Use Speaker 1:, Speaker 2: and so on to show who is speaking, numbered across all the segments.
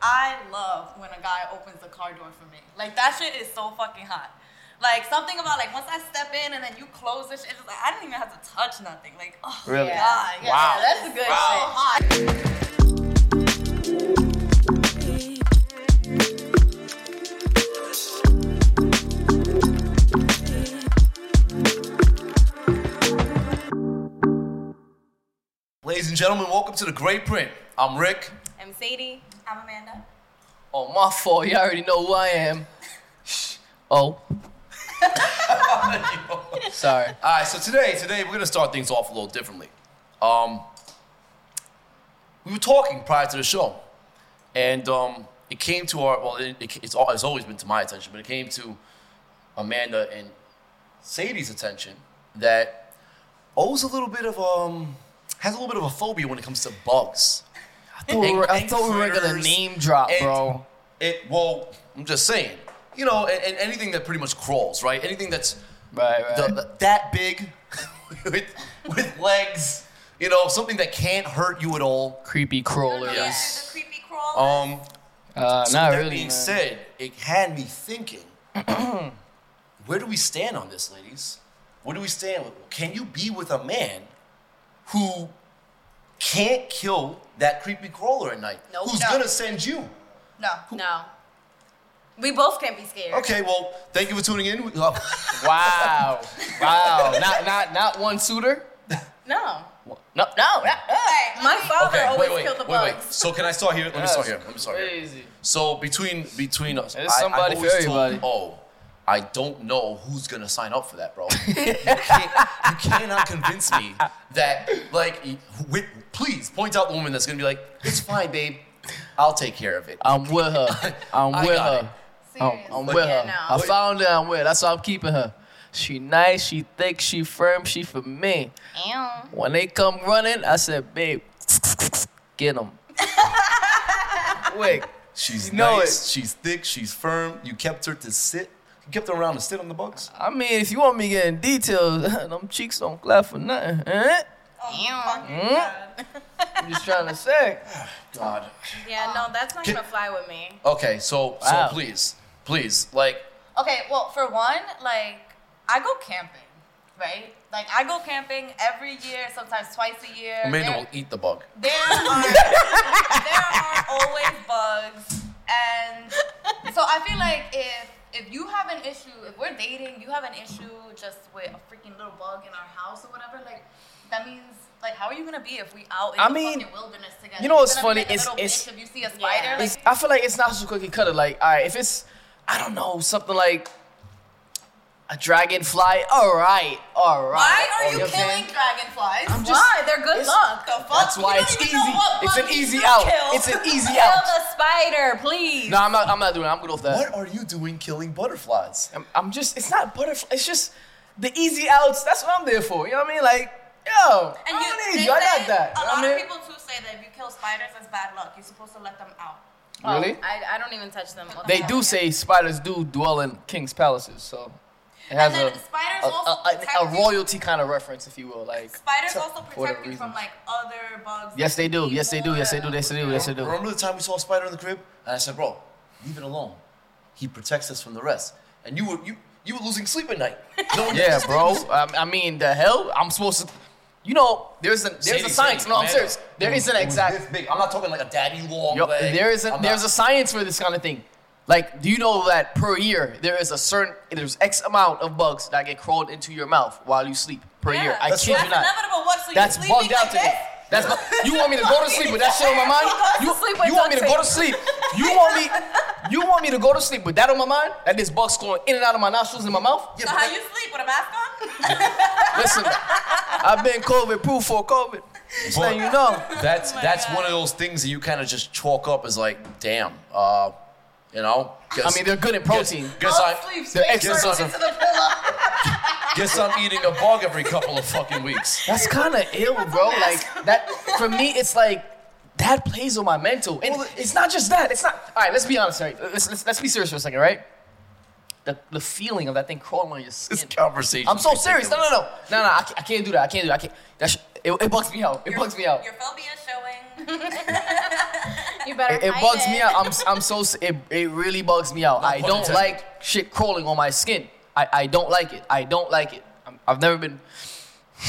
Speaker 1: I love when a guy opens the car door for me. Like that shit is so fucking hot. Like something about like once I step in and then you close this shit, it's just like I didn't even have to touch nothing. Like oh
Speaker 2: Really?
Speaker 1: god, yeah,
Speaker 2: Wow.
Speaker 1: that's a good
Speaker 2: Wow.
Speaker 1: shit. Hot.
Speaker 2: Ladies and gentlemen, welcome to the Great Print. I'm Rick.
Speaker 3: I'm Sadie.
Speaker 1: I'm Amanda.
Speaker 4: Oh, my fault. You already know who I am. Oh. Sorry.
Speaker 2: All right, so today, today we're gonna start things off a little differently. Um, we were talking prior to the show, and um, it came to our well, it, it, it's, al- it's always been to my attention, but it came to Amanda and Sadie's attention that O's a little bit of um has a little bit of a phobia when it comes to bugs.
Speaker 4: I thought, we were, I
Speaker 2: And
Speaker 4: thought we were gonna
Speaker 2: critters,
Speaker 4: name drop,
Speaker 2: and
Speaker 4: bro.
Speaker 2: It well, I'm just saying, you know, and, and anything that pretty much crawls, right? Anything that's
Speaker 4: Right, right.
Speaker 2: the, the- that big with, with legs, you know, something that can't hurt you at all.
Speaker 4: creepy
Speaker 3: Oh,
Speaker 4: crawlers.
Speaker 2: Yes.
Speaker 1: The creepy crawler.
Speaker 2: Um,
Speaker 4: Uh,
Speaker 2: so
Speaker 4: not
Speaker 2: that
Speaker 4: really.
Speaker 2: being
Speaker 4: man.
Speaker 2: said, it had me thinking, where do we stand on this, ladies? Where do we stand? Can you be with a man who can't kill that creepy crawler at night?
Speaker 3: Nope.
Speaker 2: Who's
Speaker 3: No.
Speaker 2: gonna send you?
Speaker 1: no.
Speaker 3: No. We both can't be scared.
Speaker 2: Okay, well, thank you for tuning in. uh,
Speaker 4: Wow. wow. Not not not one suitor.
Speaker 3: No.
Speaker 4: No, no. no.
Speaker 1: Hey,
Speaker 3: My father
Speaker 2: Okay,
Speaker 3: always
Speaker 2: wait, wait,
Speaker 3: killed the
Speaker 2: wait, wait.
Speaker 3: bugs.
Speaker 2: So can I start here? Let me start here. Let me start here.
Speaker 4: Crazy.
Speaker 2: So between between us,
Speaker 4: There's somebody for
Speaker 2: always
Speaker 4: everybody.
Speaker 2: oh, I don't know who's gonna sign up for that, bro. you, can't, you cannot convince me that like, y- with, please point out the woman that's gonna be like, it's fine, babe. I'll take care of it.
Speaker 4: I'm with her. I'm
Speaker 2: I
Speaker 4: with
Speaker 2: got it.
Speaker 4: her.
Speaker 1: Oh,
Speaker 4: I'm, I'm
Speaker 2: But-
Speaker 4: with
Speaker 3: Yeah,
Speaker 4: her.
Speaker 3: no.
Speaker 4: I found her. I'm with. her. That's why I'm keeping her. She nice. She thick. She firm. She for me.
Speaker 3: Ew.
Speaker 4: When they come running, I said, babe, get them. Quick.
Speaker 2: She's
Speaker 4: You know
Speaker 2: nice. She's thick. She's firm. You kept her to sit. You kept her around to sit on the bugs.
Speaker 4: I mean, if you want me getting details, them cheeks don't clap for nothing. Eh?
Speaker 1: Oh,
Speaker 4: I'm just trying to say.
Speaker 2: God.
Speaker 3: Yeah, no, that's not
Speaker 2: Can-
Speaker 3: gonna fly with me.
Speaker 2: Okay, so so
Speaker 4: Wow.
Speaker 2: please, please, like,
Speaker 1: Okay, well, for one, like I go camping, right? Like I go camping every year, sometimes twice a year.
Speaker 2: Amanda
Speaker 1: There-
Speaker 2: will eat the bug.
Speaker 1: There are there are always bugs, and so I feel like if if you have an issue, if we're dating, you have an issue just with a freaking little bug in our house or whatever, like that means. Like, how are you gonna be if we out in
Speaker 4: I
Speaker 1: the
Speaker 4: mean,
Speaker 1: fucking wilderness together?
Speaker 4: you know what's
Speaker 1: You're gonna be
Speaker 4: funny?
Speaker 1: Like a little
Speaker 4: It's- it's-
Speaker 1: bitch if you see a spider.
Speaker 3: Yeah.
Speaker 1: Like,
Speaker 4: It's- I feel like it's not so cookie cutter. Like, all right, if it's, I don't know, something like a dragonfly, all right, all right. Oh,
Speaker 1: why are you
Speaker 4: okay?
Speaker 1: killing dragonflies?
Speaker 4: I'm just-
Speaker 1: why? They're good
Speaker 4: it's-
Speaker 1: luck. The fuck?
Speaker 4: That's why
Speaker 1: You
Speaker 4: it's
Speaker 1: don't even
Speaker 4: easy.
Speaker 1: know what
Speaker 4: It's an
Speaker 1: bugs
Speaker 4: easy
Speaker 1: you
Speaker 4: out.
Speaker 1: kill.
Speaker 4: It's an easy
Speaker 3: Kill
Speaker 4: out.
Speaker 3: the spider, please.
Speaker 4: No, I'm not. I'm not doing. It. I'm good off that.
Speaker 2: What are you doing, killing butterflies?
Speaker 4: I'm, I'm just. It's not butterfly. It's just the easy outs. That's what I'm there for. You know what I mean? Like, yo,
Speaker 1: And
Speaker 4: I
Speaker 1: you,
Speaker 4: don't
Speaker 1: they
Speaker 4: need you. I
Speaker 1: say-
Speaker 4: got that.
Speaker 1: A
Speaker 4: You know
Speaker 1: lot
Speaker 4: what I
Speaker 1: of
Speaker 4: mean?
Speaker 1: people too say that if you kill spiders, that's bad luck. You're supposed to let them out.
Speaker 3: Oh,
Speaker 4: Really?
Speaker 3: I, I don't even touch them. What the
Speaker 4: They
Speaker 3: hell?
Speaker 1: Uh-huh.
Speaker 4: do say spiders do dwell in kings' palaces, so it has
Speaker 1: then
Speaker 4: a
Speaker 1: spiders
Speaker 4: a,
Speaker 1: also
Speaker 4: a- a-
Speaker 1: protect
Speaker 4: a
Speaker 1: you.
Speaker 4: royalty kind of reference, if you will. Like
Speaker 1: Spiders
Speaker 4: so-
Speaker 1: also
Speaker 4: for whatever
Speaker 1: protect you
Speaker 4: reason.
Speaker 1: from like other bugs.
Speaker 4: Yes,
Speaker 1: like
Speaker 4: they do. Yes, they do. Yes, they do. Yes, they do. Yes, they do.
Speaker 2: Remember the time we saw a spider in the crib? And I said, bro, leave it alone. He protects us from the rest. And you were you you were losing sleep at night. No,
Speaker 4: Yeah, bro. I, I mean, the hell? I'm supposed to. You know, there's a there's a science. no, I'm serious. There is an exact.
Speaker 2: Big. I'm not talking like a daddy long
Speaker 4: Yo,
Speaker 2: leg.
Speaker 4: there is a
Speaker 2: I'm
Speaker 4: there's a
Speaker 2: not-
Speaker 4: science for this kind of thing. Like, do you know that per year there is a certain there's X amount of bugs that get crawled into your mouth while you sleep per year? I
Speaker 2: That's
Speaker 4: kid
Speaker 2: right.
Speaker 4: you
Speaker 1: That's
Speaker 4: not.
Speaker 1: inevitable. What? So
Speaker 4: That's
Speaker 1: you're
Speaker 4: bugged
Speaker 1: sleeping
Speaker 4: out
Speaker 1: like
Speaker 4: to me.
Speaker 1: this?
Speaker 4: That's bu- you want me to go to sleep with that shit on my mind? You,
Speaker 3: sleep with
Speaker 4: you want me to
Speaker 3: duct
Speaker 4: go to
Speaker 3: tape.
Speaker 4: sleep? You want me? You want me to go to sleep with that on my mind? That this bug's going in and out of my nostrils and my mouth?
Speaker 1: So
Speaker 2: Yeah, but
Speaker 1: how
Speaker 2: that-
Speaker 1: you sleep with a mask on?
Speaker 4: Listen, I've been COVID proof for COVID. Just letting you know.
Speaker 1: Oh
Speaker 2: that's that's one of those things that you kind of just chalk up as like, damn, uh, you know.
Speaker 4: I
Speaker 2: guess-
Speaker 4: mean, they're good at
Speaker 2: guess-
Speaker 4: protein.
Speaker 2: Guess,
Speaker 1: I'll
Speaker 2: I,
Speaker 1: sleep
Speaker 4: they're
Speaker 1: straight
Speaker 4: extra
Speaker 1: first
Speaker 4: sauce.
Speaker 1: into the pillow.
Speaker 2: guess I'm eating a bug every couple of fucking weeks.
Speaker 4: That's kind of ill, bro. Like that for me, it's like that plays on my mental, and it's not just that. It's not. All right, let's be honest. Right, let's let's, let's be serious for a second, right? The, the feeling of that thing crawling on your
Speaker 2: This
Speaker 4: skin.
Speaker 2: conversation.
Speaker 4: I'm so serious. No, no, no, no, no. I can't, I can't do that. I can't do that. I can't. That sh- it, it bugs me out. It bugs me out.
Speaker 1: Your phobia is showing.
Speaker 3: You better.
Speaker 4: It, it
Speaker 3: hide
Speaker 4: bugs
Speaker 3: it.
Speaker 4: me out. I'm, s- I'm so s- it, it really bugs me out. I
Speaker 2: pun
Speaker 4: don't
Speaker 2: intended.
Speaker 4: like shit crawling on my skin. I, I don't like it. I don't like it. I'm, I've never been.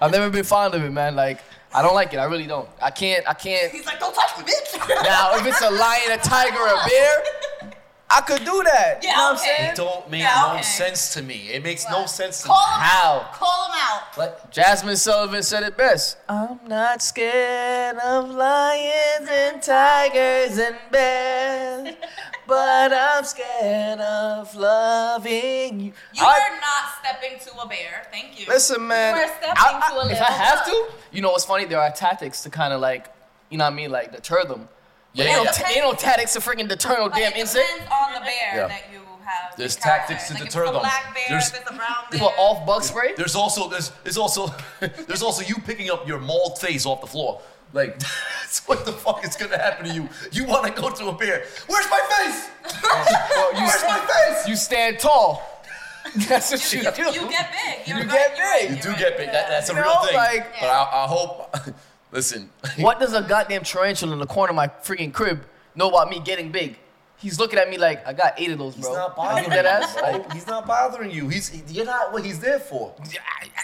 Speaker 4: I've never been fond of it, man. Like I don't like it. I really don't. I can't. I can't.
Speaker 1: He's like, don't touch me, bitch.
Speaker 4: Now, if it's a lion, a tiger, a bear, I could do that.
Speaker 1: Yeah,
Speaker 4: you know what I'm
Speaker 1: okay.
Speaker 4: saying?
Speaker 2: It don't make
Speaker 1: Yeah,
Speaker 2: no
Speaker 1: okay.
Speaker 2: sense to me. It makes no
Speaker 1: Wow.
Speaker 2: sense to me.
Speaker 1: Call him
Speaker 4: How?
Speaker 1: out. Call him out.
Speaker 4: But Jasmine Sullivan said it best. I'm not scared of lions and tigers and bears, but I'm scared of loving you.
Speaker 1: You
Speaker 4: I-
Speaker 1: are not stepping to a bear. Thank you.
Speaker 4: listen, man.
Speaker 3: You are stepping
Speaker 4: I- I-
Speaker 3: to a
Speaker 4: if I
Speaker 3: little
Speaker 4: have to, you know what's funny? There are tactics to kind of like, you know what I mean, like deter them.
Speaker 2: Yeah,
Speaker 4: Ain't no,
Speaker 2: yeah.
Speaker 1: Okay.
Speaker 4: ain't no tactics to freaking deter no
Speaker 1: But
Speaker 4: damn
Speaker 1: it
Speaker 4: insect.
Speaker 1: depends on the bear
Speaker 2: Yeah.
Speaker 1: that you have.
Speaker 2: There's
Speaker 1: encountered.
Speaker 2: tactics to
Speaker 1: like
Speaker 2: deter
Speaker 1: if it's
Speaker 2: them.
Speaker 1: A black bear,
Speaker 2: There's-
Speaker 1: if it's a brown bear.
Speaker 4: What off bug spray?
Speaker 2: There's also there's there's also there's also you picking up your mauled face off the floor. Like that's what the fuck is gonna happen to you? You wanna go to a bear. Where's my face?
Speaker 4: Well, you,
Speaker 2: Where's my face?
Speaker 4: you stand tall. That's what
Speaker 1: You,
Speaker 4: you, do.
Speaker 1: you, you get big. You're
Speaker 4: You
Speaker 1: right,
Speaker 4: get
Speaker 1: you're right,
Speaker 4: big.
Speaker 2: You
Speaker 1: you're
Speaker 2: do
Speaker 1: right.
Speaker 2: get big. That, that's a
Speaker 4: You
Speaker 2: real
Speaker 4: know,
Speaker 2: thing.
Speaker 4: like-
Speaker 2: but I, I hope listen.
Speaker 4: What does a goddamn tarantula in the corner of my freaking crib know about me getting big? He's looking at me like, I got eight of those, bro. I get that ass.
Speaker 2: bro.
Speaker 4: Like,
Speaker 2: he's not bothering you. He's you're not what he's there for.
Speaker 4: I, I,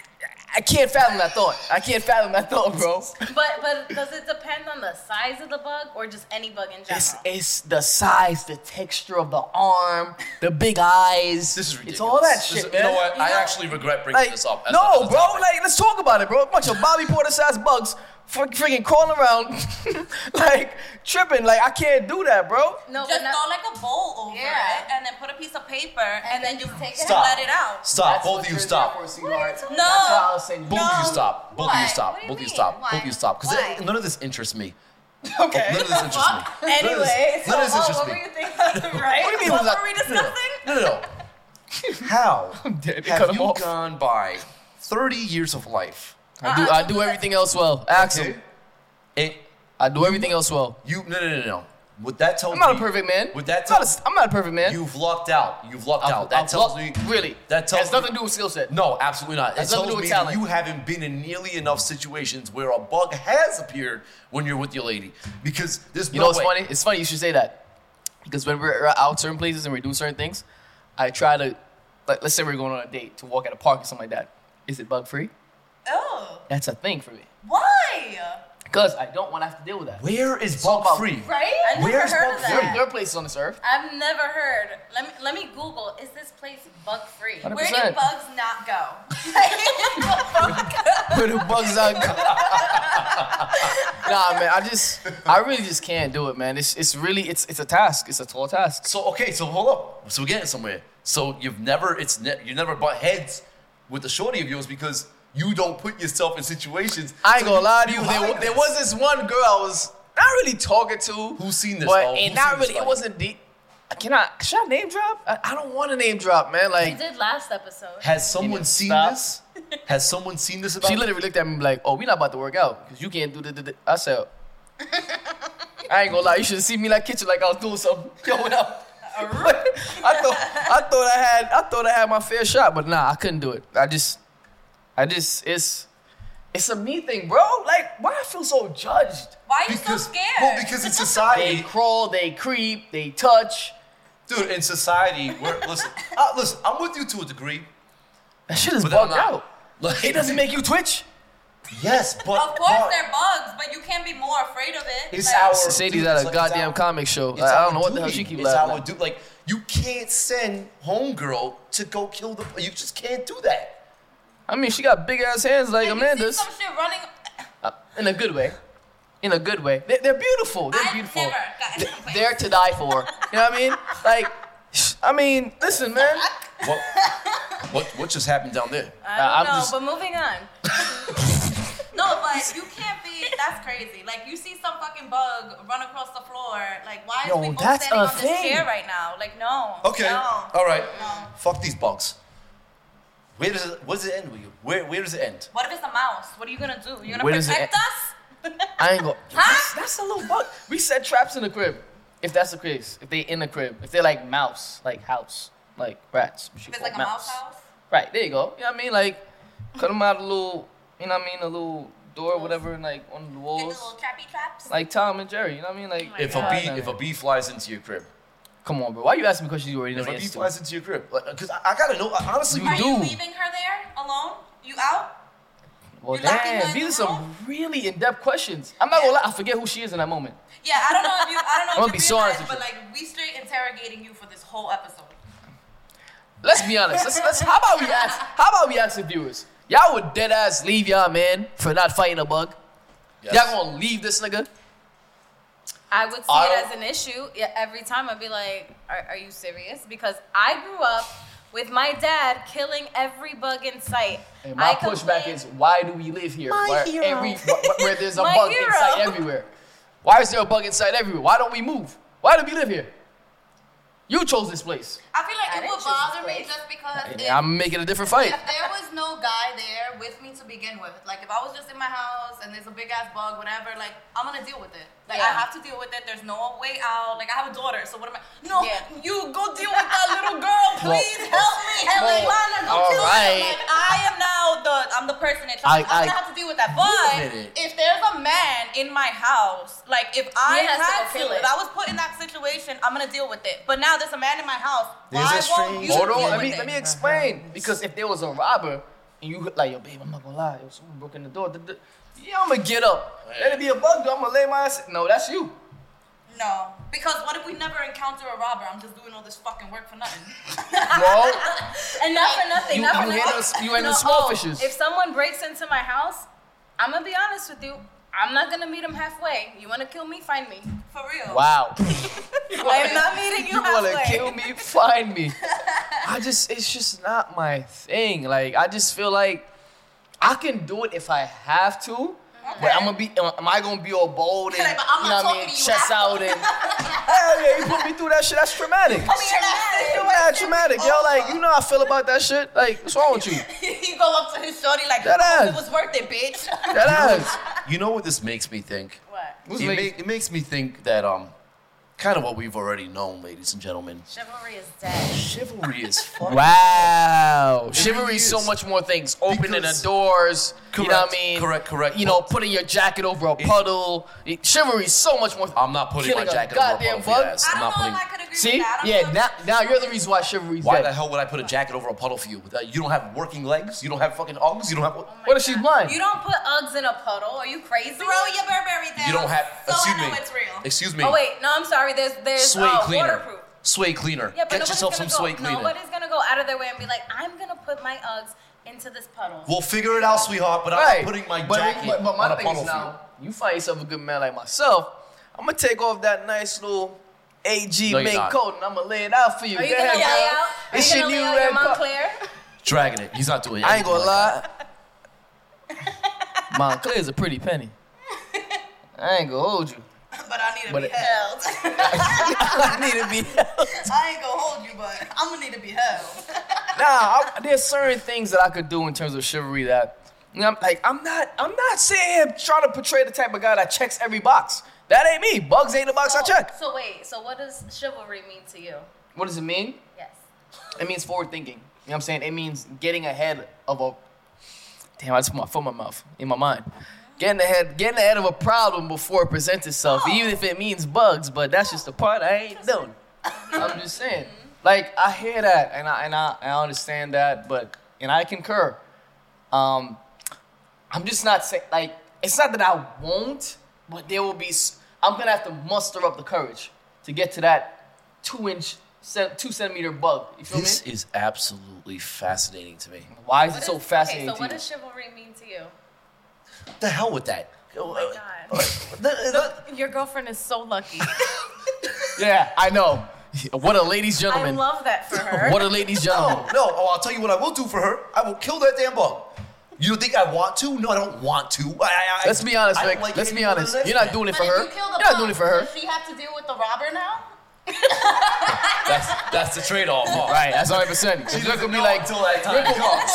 Speaker 4: I can't fathom that thought. I can't fathom that thought, bro.
Speaker 3: But but does it depend on the size of the bug or just any bug in general?
Speaker 4: It's, it's the size, the texture of the arm, the big eyes.
Speaker 2: This is ridiculous.
Speaker 4: It's all that
Speaker 2: This
Speaker 4: shit,
Speaker 2: is-
Speaker 4: man.
Speaker 2: You know what? I actually regret bringing
Speaker 4: Like,
Speaker 2: this up. as a- as
Speaker 4: no,
Speaker 2: a
Speaker 4: bro.
Speaker 2: topic.
Speaker 4: Like, let's talk about it, bro. A bunch of Bobby Porter-sized bugs, fr- freaking crawling around, like tripping. Like, I can't do that, bro.
Speaker 3: no,
Speaker 1: Just
Speaker 3: but not,
Speaker 1: throw like a bowl over
Speaker 3: Yeah.
Speaker 1: it, and then put a piece of paper, and, then, you take
Speaker 3: it
Speaker 2: out.
Speaker 1: let it out.
Speaker 2: Stop. Both of you stop.
Speaker 1: No.
Speaker 4: That's why I was saying
Speaker 2: Both of you stop. Both of you
Speaker 1: Why?
Speaker 2: stop.
Speaker 3: What do you
Speaker 2: Both of you
Speaker 3: mean?
Speaker 2: stop. Both of
Speaker 3: Why?
Speaker 2: you stop.
Speaker 3: Why?
Speaker 2: Because none of this interests me. Okay. None of this interests me. None of this-
Speaker 3: anyway, so
Speaker 2: none of this
Speaker 3: oh,
Speaker 2: interests
Speaker 3: what
Speaker 2: me.
Speaker 3: were you thinking? right?
Speaker 4: What do you mean
Speaker 3: What
Speaker 4: was that-
Speaker 3: were we discussing?
Speaker 2: No, no, no. How
Speaker 4: dead. They cut
Speaker 2: have
Speaker 4: him
Speaker 2: you
Speaker 4: off.
Speaker 2: gone by 30 years of life?
Speaker 4: I do, I do everything else well, Axel.
Speaker 2: It,
Speaker 4: I do everything else well.
Speaker 2: eh, you, no, no, no, no. Would that tell
Speaker 4: I'm not a
Speaker 2: me-
Speaker 4: perfect man.
Speaker 2: Would that
Speaker 4: I'm
Speaker 2: tell
Speaker 4: not a, I'm not a perfect man.
Speaker 2: you've lucked out? You've lucked out. That
Speaker 4: I've
Speaker 2: tells
Speaker 4: lo-
Speaker 2: me
Speaker 4: really.
Speaker 2: That tells
Speaker 4: has nothing
Speaker 2: me-
Speaker 4: to do with skill set.
Speaker 2: No, absolutely not. It
Speaker 4: Has nothing to
Speaker 2: tells
Speaker 4: do
Speaker 2: me
Speaker 4: with
Speaker 2: that
Speaker 4: talent.
Speaker 2: you haven't been in nearly enough situations where a bug has appeared when you're with your lady. Because there's
Speaker 4: You
Speaker 2: no
Speaker 4: know what's
Speaker 2: way.
Speaker 4: funny? It's funny you should say that. Because when we're out certain places and we do certain things, I try to, like, let's say we're going on a date to walk at a park or something like that. Is it bug free?
Speaker 1: Oh,
Speaker 4: That's a thing for me.
Speaker 1: why?
Speaker 4: Because I don't want to have to deal with that.
Speaker 2: Where is
Speaker 4: all
Speaker 2: bug
Speaker 4: about-
Speaker 2: free?
Speaker 1: Right?
Speaker 3: I never
Speaker 2: Where's
Speaker 3: heard of
Speaker 2: bug
Speaker 3: that.
Speaker 4: There
Speaker 2: free?
Speaker 4: are, there are places on this earth.
Speaker 3: I've never heard. Let me let me Google. Is this place bug free?
Speaker 4: Hundred
Speaker 1: Where do
Speaker 4: percent.
Speaker 1: bugs not go? Like,
Speaker 4: Where the bugs out. nah, man. I just, I really just can't do it, man. It's, it's really, it's, it's a task. It's a tall task.
Speaker 2: So okay, so hold up. So we're getting somewhere. So you've never it's ne- you never butt heads with the shorty of yours because you don't put yourself in situations.
Speaker 4: I ain't
Speaker 2: So
Speaker 4: gonna lie to you.
Speaker 2: hide
Speaker 4: There,
Speaker 2: this.
Speaker 4: there was this one girl I was not really talking to.
Speaker 2: Who's seen this,
Speaker 4: But
Speaker 2: though?
Speaker 4: and
Speaker 2: Who's
Speaker 4: not
Speaker 2: seen this,
Speaker 4: really.
Speaker 2: like-
Speaker 4: It wasn't deep. I cannot. Should I name drop? I, I don't want to name drop, man.
Speaker 3: We
Speaker 4: Like
Speaker 3: did last episode.
Speaker 2: Has someone
Speaker 4: Can you
Speaker 2: seen
Speaker 4: stop?
Speaker 2: this? Has someone seen this about?
Speaker 4: she literally looked at me like, "Oh, we not about to work out because you can't do the." the, the. I said, "I ain't gonna lie. You should see me like kitchen like I was doing something." Yo, what up? I thought I thought I had I thought I had my fair shot, but nah, I couldn't do it. I just I just it's it's a me thing, bro. Like why I feel so judged.
Speaker 1: why are you
Speaker 2: Because
Speaker 1: so scared?
Speaker 2: well, because in
Speaker 4: They
Speaker 2: society,
Speaker 4: crawl, they creep, they touch.
Speaker 2: dude. In society, we're listen. Uh, listen, I'm with you to a degree.
Speaker 4: That shit is
Speaker 2: But then I'm
Speaker 4: bugged
Speaker 2: not.
Speaker 4: out.
Speaker 2: Like,
Speaker 4: It doesn't make you twitch.
Speaker 2: Yes, but
Speaker 1: of course
Speaker 2: but
Speaker 1: they're bugs, but you can't be more afraid of it.
Speaker 2: It's
Speaker 1: Like,
Speaker 2: our
Speaker 4: Sadie's
Speaker 2: dude,
Speaker 4: at
Speaker 2: it's
Speaker 4: a
Speaker 2: like- it's
Speaker 4: goddamn
Speaker 2: our-
Speaker 4: comic show.
Speaker 2: It's
Speaker 4: I, I
Speaker 2: our
Speaker 4: don't know what the hell
Speaker 2: duty.
Speaker 4: she keep
Speaker 2: it's
Speaker 4: laughing.
Speaker 2: Our
Speaker 4: at.
Speaker 2: du- like you can't send homegirl to go kill the. You just can't do that.
Speaker 4: I mean, she got big ass hands like
Speaker 1: you see
Speaker 4: Amanda's.
Speaker 1: some shit running.
Speaker 4: Uh, in a good way. In a good way. They, they're beautiful. They're
Speaker 1: I've
Speaker 4: beautiful.
Speaker 1: never gotten away.
Speaker 4: They're to die for. You know what I mean? Like, sh- I mean, listen, man.
Speaker 2: What, what what just happened down there?
Speaker 3: I
Speaker 4: Uh, I'm
Speaker 3: don't know,
Speaker 4: just-
Speaker 3: but moving on.
Speaker 1: No, but you can't be. That's crazy. Like you see some fucking bug run across the floor. Like why
Speaker 4: Yo,
Speaker 1: is we both
Speaker 4: that's
Speaker 1: standing
Speaker 4: a
Speaker 1: on this
Speaker 4: thing.
Speaker 1: chair right now? Like no.
Speaker 2: Okay.
Speaker 1: No.
Speaker 2: All right.
Speaker 1: No.
Speaker 2: Fuck these bugs. Where does it, where does it end with you? Where where does it end?
Speaker 1: What if it's a mouse? What are you gonna do? You're gonna
Speaker 4: Where does it
Speaker 1: protect
Speaker 4: e-
Speaker 1: us?
Speaker 4: I ain't go. That's, that's a little bug. We set traps in the crib. If that's the case, if they in the crib, if they're like mouse, like house, like rats. what you
Speaker 1: If it's
Speaker 4: call
Speaker 1: like a mouse house.
Speaker 4: Right, there you go. You know what I mean? Like, cut them out a little, you know what I mean? A little door, whatever, and like on the
Speaker 5: Like the
Speaker 4: walls.
Speaker 5: little trappy traps.
Speaker 4: Like Tom and Jerry, you know what I mean?
Speaker 1: Oh
Speaker 4: Like,
Speaker 2: If a
Speaker 4: God,
Speaker 2: bee,
Speaker 4: man.
Speaker 2: if a bee flies into your crib,
Speaker 4: come on, bro, why you asking me questions you already know
Speaker 2: if a
Speaker 4: the
Speaker 2: bee
Speaker 4: answer to?
Speaker 2: flies into your crib, like, uh, cause I, I gotta know. I, honestly,
Speaker 4: You
Speaker 5: Are you
Speaker 4: do.
Speaker 5: leaving her there alone? You out?
Speaker 4: Well,
Speaker 5: you're locking her
Speaker 4: damn,
Speaker 5: in
Speaker 4: these
Speaker 5: the
Speaker 4: are some
Speaker 5: room?
Speaker 4: really in-depth questions. I'm not gonna lie, I forget who she is in that moment.
Speaker 5: Yeah, I don't know if you. I don't know if
Speaker 4: I'm gonna
Speaker 5: you
Speaker 4: be so
Speaker 5: realize,
Speaker 4: honest with
Speaker 5: but like we straight interrogating you for this whole episode.
Speaker 4: Let's be honest. Let's, let's, how about we ask? How about we ask the viewers? Y'all would dead ass leave y'all man for not fighting a bug.
Speaker 2: yes.
Speaker 4: Y'all gonna leave this nigga?
Speaker 3: I would see
Speaker 2: I
Speaker 3: it
Speaker 2: don't-
Speaker 3: as an issue yeah, every time. I'd be like, are, are you serious? Because I grew up with my dad killing every bug in sight.
Speaker 4: And my
Speaker 3: I
Speaker 4: pushback
Speaker 3: complain-
Speaker 4: is, why do we live here? where, every- wh- wh- where there's a
Speaker 3: My
Speaker 4: bug
Speaker 3: hero.
Speaker 4: inside everywhere. Why is there a bug inside everywhere? Why don't we move? Why do we live here? You chose this place.
Speaker 1: I feel like
Speaker 3: I
Speaker 1: it
Speaker 3: didn't
Speaker 1: would
Speaker 3: choose
Speaker 1: bother
Speaker 3: this
Speaker 1: me
Speaker 3: place.
Speaker 1: just because
Speaker 4: And
Speaker 1: if,
Speaker 4: I'm making a different fight.
Speaker 1: if there was no guy there with me to begin with, like if I was just in my house and there's a big ass bug, whatever, like I'm gonna deal with it. Like I
Speaker 3: Yeah.
Speaker 1: have to deal with it. There's no way out. Like I have a daughter, so what am I? No,
Speaker 3: Yeah.
Speaker 1: you go deal with that little girl,
Speaker 4: Well-
Speaker 1: please help me. Help me,
Speaker 4: Well,
Speaker 1: Lana, go
Speaker 4: all
Speaker 1: kill
Speaker 4: right.
Speaker 1: him. Like I am now the I'm the person that
Speaker 4: I-
Speaker 1: I'm gonna
Speaker 4: I-
Speaker 1: have to deal with that.
Speaker 2: Wait a
Speaker 1: But
Speaker 2: minute.
Speaker 1: if there's a man in my house, like if I
Speaker 3: He has to
Speaker 1: had
Speaker 3: okay
Speaker 1: to,
Speaker 3: it.
Speaker 1: if I was put in that situation, I'm gonna deal with it. But now there's a man in my house.
Speaker 6: There's
Speaker 1: Why
Speaker 6: a
Speaker 1: won't
Speaker 6: strange-
Speaker 1: you
Speaker 4: Hold on,
Speaker 1: deal
Speaker 4: let
Speaker 1: with
Speaker 4: me
Speaker 1: it?
Speaker 4: let me explain. Because if there was a robber and you like, yo, babe, I'm not gonna lie, yo, someone broke in the door. duh, duh." Yeah, I'm gonna get up. Let it be a bug. I'm gonna lay my ass. No, that's you.
Speaker 1: No, because what if we never encounter a robber? I'm just doing all this fucking work for nothing.
Speaker 4: Bro,
Speaker 3: And not for nothing.
Speaker 4: you, you
Speaker 3: not for nothing.
Speaker 4: handle you handle
Speaker 3: No,
Speaker 4: small
Speaker 3: oh,
Speaker 4: fishes.
Speaker 3: If someone breaks into my house, I'm gonna be honest with you. I'm not gonna meet him halfway. You wanna kill me? Find me.
Speaker 1: For real.
Speaker 4: Wow.
Speaker 3: I'm not meeting
Speaker 4: you
Speaker 3: you,
Speaker 4: wanna
Speaker 3: halfway.
Speaker 4: kill me? Find me. I just, it's just not my thing. Like, I just feel like I can do it if I have to. But I'm gonna be, uh, am I gonna be all bold and
Speaker 1: Like, but I'm
Speaker 4: you
Speaker 1: not
Speaker 4: know what I mean,
Speaker 1: talking to you
Speaker 4: chest out and hell yeah, you put me through that shit. That's traumatic.
Speaker 1: I mean, that's-
Speaker 4: Yo, mad traumatic, yo. Like, you know how I feel about that shit. Like, what's wrong with you?
Speaker 1: you go up to his shorty like,
Speaker 4: That
Speaker 1: "Oh, it
Speaker 4: ass.
Speaker 1: was worth it, bitch.
Speaker 4: That ass.
Speaker 2: you know what this makes me think?
Speaker 3: What?
Speaker 2: It, make, it makes me think that um, kind of what we've already known, ladies and gentlemen.
Speaker 3: Chivalry is dead.
Speaker 2: Chivalry is fun.
Speaker 4: Wow.
Speaker 2: really
Speaker 4: Chivalry is so
Speaker 2: is.
Speaker 4: much more things. Opening
Speaker 2: Because-
Speaker 4: the doors. You know what I
Speaker 2: Correct,
Speaker 4: mean?
Speaker 2: correct, correct.
Speaker 4: You know, putting your jacket over a puddle. It- Chivalry is so much more.
Speaker 2: I'm not putting my
Speaker 4: Killing a
Speaker 2: jacket over a puddle
Speaker 4: goddamn
Speaker 2: for your
Speaker 4: bug.
Speaker 2: ass.
Speaker 1: I
Speaker 2: I'm
Speaker 1: don't
Speaker 2: not
Speaker 1: know
Speaker 2: putting.
Speaker 1: if I could agree
Speaker 4: See?
Speaker 1: with that. I don't
Speaker 4: Yeah,
Speaker 1: know
Speaker 4: now,
Speaker 1: if-
Speaker 4: now you're the reason why chivalry is
Speaker 2: Why
Speaker 4: dead.
Speaker 2: the hell would I put a jacket over a puddle for you? Uh, You don't have working legs. You don't have fucking arms. You don't have.
Speaker 4: What if she's blind?
Speaker 3: You don't put Uggs in a puddle. Are you crazy?
Speaker 1: Throw your Burberry down.
Speaker 2: You don't have.
Speaker 1: So
Speaker 2: excuse
Speaker 1: I know
Speaker 2: me.
Speaker 1: it's real.
Speaker 2: Excuse me.
Speaker 3: Oh wait, no, I'm sorry. There's there's
Speaker 2: Sway
Speaker 3: uh,
Speaker 2: cleaner.
Speaker 3: waterproof.
Speaker 2: Sway cleaner.
Speaker 3: Yeah,
Speaker 2: Get
Speaker 3: but nobody's
Speaker 2: yourself some
Speaker 3: gonna
Speaker 2: sway
Speaker 3: go,
Speaker 2: cleaner.
Speaker 3: Nobody's gonna go out of their way and be like, I'm gonna put my Uggs into this puddle.
Speaker 2: We'll figure it out, sweetheart. But
Speaker 4: Right.
Speaker 2: I'm not putting my
Speaker 4: but,
Speaker 2: jacket
Speaker 4: But, but my
Speaker 2: on a
Speaker 4: thing
Speaker 2: puddle
Speaker 4: is
Speaker 2: for you.
Speaker 4: now, you find yourself a good man like myself. I'm gonna take off that nice little AG
Speaker 2: No, you're
Speaker 4: mink
Speaker 2: not.
Speaker 4: coat and I'm gonna lay it out for you.
Speaker 3: Are you
Speaker 4: Go
Speaker 3: gonna
Speaker 4: ahead,
Speaker 3: lay
Speaker 4: girl.
Speaker 3: out? Are
Speaker 4: It's
Speaker 3: you
Speaker 4: your
Speaker 3: gonna
Speaker 4: new
Speaker 3: lay out your
Speaker 4: red
Speaker 3: Montclair?
Speaker 4: cup.
Speaker 2: Dragging it. He's not doing it.
Speaker 4: I ain't gonna lie. Montclair's a pretty penny. I ain't gonna hold you.
Speaker 1: But I need to
Speaker 4: But
Speaker 1: be
Speaker 4: it-
Speaker 1: held.
Speaker 4: I need to be.
Speaker 1: I ain't gonna hold you, but I'm gonna need to be held.
Speaker 4: Nah, I, there's certain things that I could do in terms of chivalry that, you know, I'm like, I'm not, I'm not sitting here trying to portray the type of guy that checks every box. That ain't me. Bugs ain't the box I check.
Speaker 3: So wait, so what does chivalry mean to you?
Speaker 4: What does it mean?
Speaker 3: Yes.
Speaker 4: It means forward thinking. You know what I'm saying? It means getting ahead of a. Damn, I just put my foot in my mouth, in my mind. Getting ahead, getting ahead of a problem before it presents itself, even if it means bugs. But that's just the part I ain't doing. I'm just saying. Like I hear that, and I and I, and I understand that, but and I concur. Um, I'm just not saying like it's not that I won't, but there will be. s- I'm gonna have to muster up the courage to get to that two inch, cent- two centimeter bug. You feel
Speaker 2: This
Speaker 4: me?
Speaker 2: is absolutely fascinating to me.
Speaker 4: Why is
Speaker 3: What
Speaker 4: it so
Speaker 3: does-
Speaker 4: fascinating?
Speaker 3: Okay, so what
Speaker 4: to you?
Speaker 3: does chivalry mean to you?
Speaker 2: The hell with that. Oh
Speaker 3: my God. Your girlfriend is so lucky.
Speaker 4: yeah, I know. What a ladies
Speaker 3: I
Speaker 4: gentleman.
Speaker 3: love that for her.
Speaker 4: What a ladies gentleman.
Speaker 2: no, oh, I'll tell you what I will do for her. I will kill that damn bug. You think I want to? No, I don't want to. I, I, I-
Speaker 4: Let's be honest,
Speaker 2: I don't
Speaker 4: Vic.
Speaker 2: like
Speaker 4: Let's
Speaker 2: it
Speaker 4: be
Speaker 2: any more
Speaker 4: honest.
Speaker 2: than
Speaker 4: You're not
Speaker 2: that.
Speaker 4: doing it
Speaker 1: But
Speaker 4: for
Speaker 1: if
Speaker 4: her.
Speaker 1: you kill
Speaker 4: You're
Speaker 1: the
Speaker 4: not doing it
Speaker 1: bug,
Speaker 4: for her.
Speaker 1: Does she have to deal with the robber now?
Speaker 2: That's that's the trade-off. Huh?
Speaker 4: Right, that's 100. percent
Speaker 2: She
Speaker 4: Rick
Speaker 2: doesn't
Speaker 4: will be
Speaker 2: know
Speaker 4: like,
Speaker 2: until that time comes.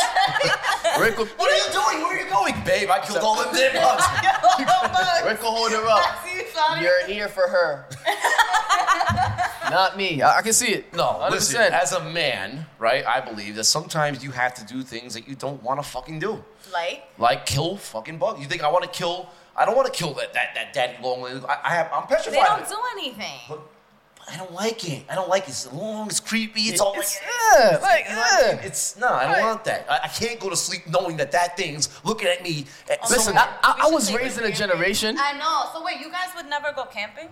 Speaker 4: Rick will,
Speaker 2: What are you doing? Where are you going, babe? I killed all them damn bugs.
Speaker 4: Rick will hold her up.
Speaker 1: See, Sonny?
Speaker 4: You're here for her. Not me. I, I can see it.
Speaker 2: No,
Speaker 4: 100%.
Speaker 2: listen, as a man, right, I believe that sometimes you have to do things that you don't want to fucking do.
Speaker 3: Like,
Speaker 2: Like kill fucking bugs. You think I want to kill, I don't want to kill that, that, that daddy long legs. I, I have, I'm petrified.
Speaker 3: they
Speaker 2: of
Speaker 3: don't
Speaker 2: it.
Speaker 3: do anything.
Speaker 2: But- but I don't like it. I don't like it. It's long, it's creepy, it's all
Speaker 4: It's-
Speaker 2: like,
Speaker 4: yeah, like,
Speaker 2: You know what I mean?
Speaker 4: yeah.
Speaker 2: It's no, I don't
Speaker 4: Right.
Speaker 2: want that. I, I can't go to sleep knowing that that thing's looking at me. Eh, at-
Speaker 4: Listen,
Speaker 2: so-
Speaker 4: I, I, I
Speaker 3: We should
Speaker 4: was
Speaker 3: take
Speaker 4: raised in
Speaker 3: the
Speaker 4: a
Speaker 3: camping.
Speaker 4: generation.
Speaker 3: I know. So wait, you guys would never go camping?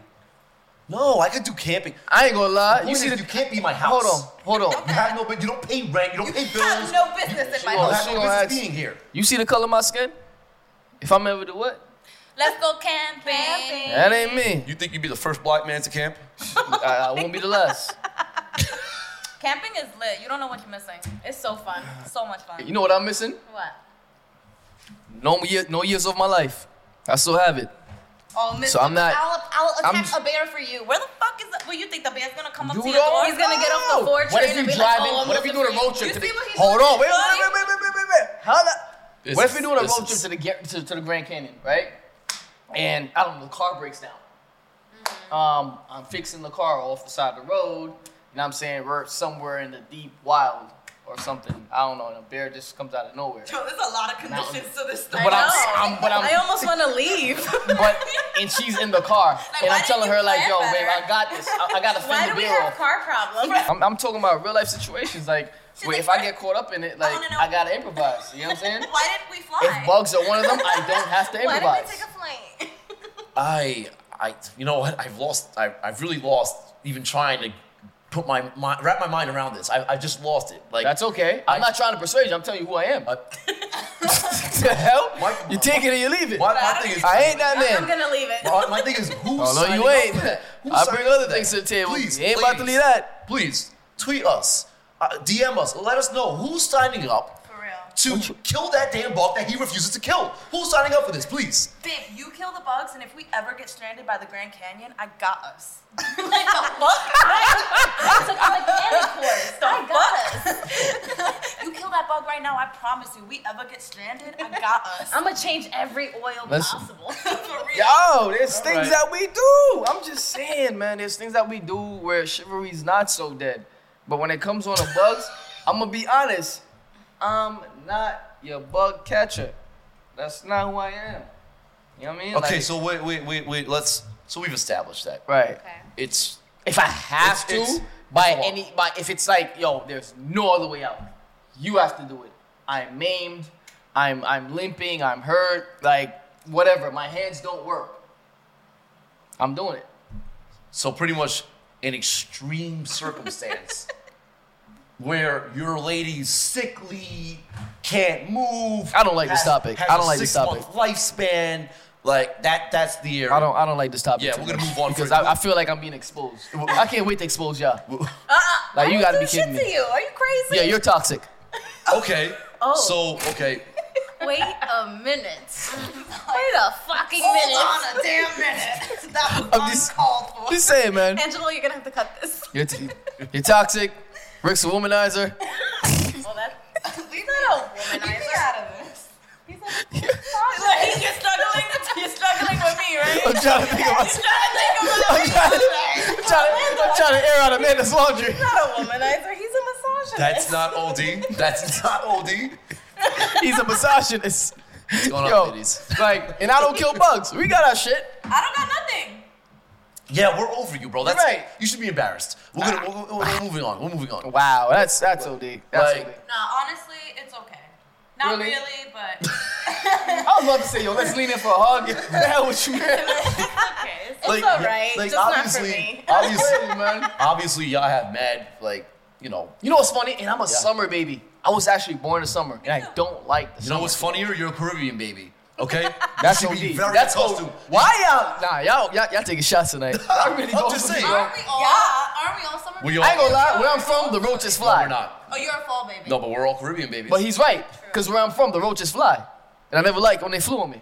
Speaker 2: no, I could do camping.
Speaker 4: I ain't gonna lie.
Speaker 2: You
Speaker 4: You see the.
Speaker 2: you can't be in my house.
Speaker 4: Hold on, hold on.
Speaker 2: You have no, but you don't pay rent. You don't pay bills.
Speaker 1: have no business in my
Speaker 2: you
Speaker 4: Oh,
Speaker 2: don't
Speaker 1: house.
Speaker 2: have
Speaker 4: she
Speaker 2: no
Speaker 4: gonna
Speaker 2: business
Speaker 4: ask-
Speaker 2: being here.
Speaker 4: You see the color of my skin? If I'm ever to what?
Speaker 3: Let's go camping.
Speaker 5: Camping.
Speaker 4: That ain't me.
Speaker 2: You think you'd be the first black man to camp?
Speaker 4: I, I won't be the last.
Speaker 3: Camping is lit. You don't know what you're missing. It's so fun. So much fun.
Speaker 4: You know what I'm missing?
Speaker 3: what?
Speaker 4: No year, no years of my life. I still have it.
Speaker 1: Oh, Miss,
Speaker 4: So I'm not-
Speaker 1: I'll, I'll
Speaker 4: I'm
Speaker 1: attack
Speaker 4: just-
Speaker 1: a bear for you.
Speaker 5: Where the fuck is that? Well, you think the bear's gonna come up
Speaker 4: You
Speaker 5: to your
Speaker 4: don't
Speaker 5: door?
Speaker 3: He's gonna get off the
Speaker 4: know.
Speaker 3: four
Speaker 4: What
Speaker 3: train
Speaker 4: if
Speaker 3: and
Speaker 4: you
Speaker 3: be like,
Speaker 4: driving?
Speaker 3: oh, I'm
Speaker 4: what if you
Speaker 3: gonna
Speaker 4: doing a
Speaker 3: free-
Speaker 4: road trip
Speaker 1: You
Speaker 4: to
Speaker 1: see
Speaker 4: the?
Speaker 1: what he's
Speaker 4: Hold
Speaker 1: doing?
Speaker 4: on, wait,
Speaker 1: Buddy?
Speaker 4: wait, wait, wait, wait, wait, wait, wait. How the?
Speaker 2: This
Speaker 4: What if
Speaker 2: is-
Speaker 4: we doing a
Speaker 2: this
Speaker 4: road trip
Speaker 2: is-
Speaker 4: to the Gar- to, to the Grand Canyon, right? And I don't know, the car breaks down. Um, I'm fixing the car off the side of the road. You know what I'm saying? We're somewhere in the deep wild or something. I don't know. And a bear just comes out of nowhere.
Speaker 5: Yo, there's a lot of conditions to this
Speaker 4: But
Speaker 5: story.
Speaker 4: I'm,
Speaker 3: I
Speaker 4: I'm, but I'm
Speaker 3: I almost want to leave.
Speaker 4: but and she's in the car, and
Speaker 5: why
Speaker 4: I'm
Speaker 5: didn't
Speaker 4: telling
Speaker 5: you
Speaker 4: her like,
Speaker 5: plan
Speaker 4: "Yo,
Speaker 5: better?"
Speaker 4: babe, I got this. I, I got to
Speaker 3: Why
Speaker 4: fend
Speaker 3: do
Speaker 4: the
Speaker 3: we
Speaker 4: beer
Speaker 3: have
Speaker 4: off."
Speaker 3: car problems?
Speaker 4: I'm, I'm talking about real life situations. Like, wait,
Speaker 5: like,
Speaker 4: if I get caught up in it, like,
Speaker 5: wanna know-
Speaker 4: I gotta improvise. You know what I'm saying?
Speaker 5: Why didn't we fly?
Speaker 4: If bugs are one of them, I don't have to
Speaker 3: Why did we
Speaker 4: improvise.
Speaker 3: take a flight?
Speaker 2: I, I, you know what? I've lost. I, I've really lost even trying to put my mind, wrap my mind around this. I, I just lost it. Like
Speaker 4: That's okay. I'm
Speaker 2: I-
Speaker 4: not trying to persuade you. I'm telling you who I am.
Speaker 2: Uh,
Speaker 4: the hell?
Speaker 2: My-
Speaker 4: you take it or you leave it.
Speaker 2: my, my thing is,
Speaker 4: I ain't that
Speaker 3: I'm
Speaker 4: man.
Speaker 3: gonna leave it.
Speaker 2: my, my thing is, who's
Speaker 4: Oh, no,
Speaker 2: signing
Speaker 4: you ain't.
Speaker 2: up for that? Who's
Speaker 4: I
Speaker 2: signing
Speaker 4: bring
Speaker 2: up
Speaker 4: other
Speaker 2: for that?
Speaker 4: things to the table.
Speaker 2: Please,
Speaker 4: you ain't about to
Speaker 2: ladies.
Speaker 4: leave that.
Speaker 2: please tweet us, uh, DM us, let us know who's signing up
Speaker 5: For real.
Speaker 2: to
Speaker 4: Which-
Speaker 2: kill that damn bug that he refuses to kill. Who's signing up for this, please?
Speaker 5: Babe, you kill the bugs, and if we ever get stranded by the Grand Canyon, I got us. like the fuck?
Speaker 3: I took a mechanic course. I got us.
Speaker 5: You kill that bug right now, I promise you. We ever get stranded, I got us.
Speaker 3: I'm gonna change every oil
Speaker 4: Listen.
Speaker 3: possible.
Speaker 5: For real.
Speaker 4: Yo, there's
Speaker 2: right.
Speaker 4: things that we do. I'm just saying, man. There's things that we do where chivalry's not so dead. But when it comes on the bugs, I'm gonna be honest. I'm not your bug catcher. That's not who I am. You know what I mean?
Speaker 2: Okay,
Speaker 4: Like-
Speaker 2: so wait, wait, wait, wait. Let's. So we've established that.
Speaker 4: right.
Speaker 2: It's
Speaker 4: If I have
Speaker 2: It's-
Speaker 4: to,
Speaker 2: it's-
Speaker 4: by
Speaker 2: it's a lot.
Speaker 4: any, by if it's like, yo, there's no other way out. You have to do it. I'm maimed. I'm I'm limping. I'm hurt. Like whatever. My hands don't work. I'm doing it.
Speaker 2: so pretty much an extreme circumstance where your lady's sickly, can't move.
Speaker 4: I don't like
Speaker 2: has-
Speaker 4: this topic.
Speaker 2: has
Speaker 4: I don't
Speaker 2: a
Speaker 4: like this topic.
Speaker 2: six-month Lifespan, like that. That's the area.
Speaker 4: I don't. I don't like this topic.
Speaker 2: Yeah,
Speaker 4: too
Speaker 2: we're gonna
Speaker 4: much
Speaker 2: move on
Speaker 4: because
Speaker 2: for-
Speaker 4: I, I feel like I'm being exposed. I can't wait to expose y'all.
Speaker 3: Uh-uh.
Speaker 4: Like, you
Speaker 3: I
Speaker 4: gotta
Speaker 3: didn't
Speaker 4: be
Speaker 3: do
Speaker 4: kidding
Speaker 3: shit
Speaker 4: me.
Speaker 3: To you. Are you crazy?
Speaker 4: Yeah, you're toxic.
Speaker 2: Okay.
Speaker 3: Oh.
Speaker 2: So okay.
Speaker 3: Wait a minute. Wait a fucking
Speaker 5: Hold
Speaker 3: minute.
Speaker 5: on a damn minute. That
Speaker 4: I'm
Speaker 5: was
Speaker 4: just-
Speaker 5: uncalled for.
Speaker 4: Just saying, man.
Speaker 3: Angelo, you're gonna have to cut this.
Speaker 4: You're, t- you're toxic. Rick's a womanizer.
Speaker 3: Well, that, he's not a
Speaker 5: Get me
Speaker 3: womanizer.
Speaker 5: out of this. Like, you're struggling. You're struggling with me, right?
Speaker 4: I'm trying to think of myself.
Speaker 5: Struggling
Speaker 4: I'm trying to, I'm trying to, I'm trying to air out Amanda's laundry.
Speaker 3: He's not a womanizer. He's a misogynist.
Speaker 2: That's not OD. That's not OD.
Speaker 4: He's a misogynist. What's
Speaker 2: going on, ladies?
Speaker 4: Like, and I don't kill bugs. We got our shit.
Speaker 5: with- I don't got nothing.
Speaker 2: Yeah, we're over you, bro. That's
Speaker 4: You're right.
Speaker 2: You should be embarrassed. We're gonna. We're, we're- we're moving on. We're moving on.
Speaker 4: Wow, that's that's OD. That's
Speaker 2: Like-
Speaker 4: OD.
Speaker 5: Nah, honestly, it's okay. Not
Speaker 4: Really?
Speaker 5: really, but
Speaker 4: I was about to say, yo, let's lean in for a hug. The hell with you, man.
Speaker 5: okay. It's-
Speaker 3: It's alright, just not for me.
Speaker 2: obviously,
Speaker 4: Really, man.
Speaker 2: obviously, y'all have mad like you know.
Speaker 4: You know what's funny? And I'm a summer baby. I was actually born in summer, and I don't like the
Speaker 2: You
Speaker 4: summer.
Speaker 2: know what's funnier? You're a Caribbean baby. Okay,
Speaker 4: That's
Speaker 2: you should
Speaker 4: OD.
Speaker 2: be very
Speaker 4: That's
Speaker 2: accustomed.
Speaker 4: OD. Why y'all? Nah, y'all, y'all, y'all taking shots tonight. I really
Speaker 2: I'm
Speaker 4: don't-
Speaker 2: just saying.
Speaker 4: I
Speaker 5: Aren't we all?
Speaker 1: Yeah, aren't we all summer?
Speaker 2: We all.
Speaker 4: ain't gonna lie. Where I'm from, the roaches
Speaker 2: no,
Speaker 4: fly.
Speaker 2: we're not.
Speaker 5: Oh, you're a fall baby.
Speaker 2: No, but we're all Caribbean babies.
Speaker 4: But he's right, because where I'm from, the roaches fly. And I never liked when they flew on me.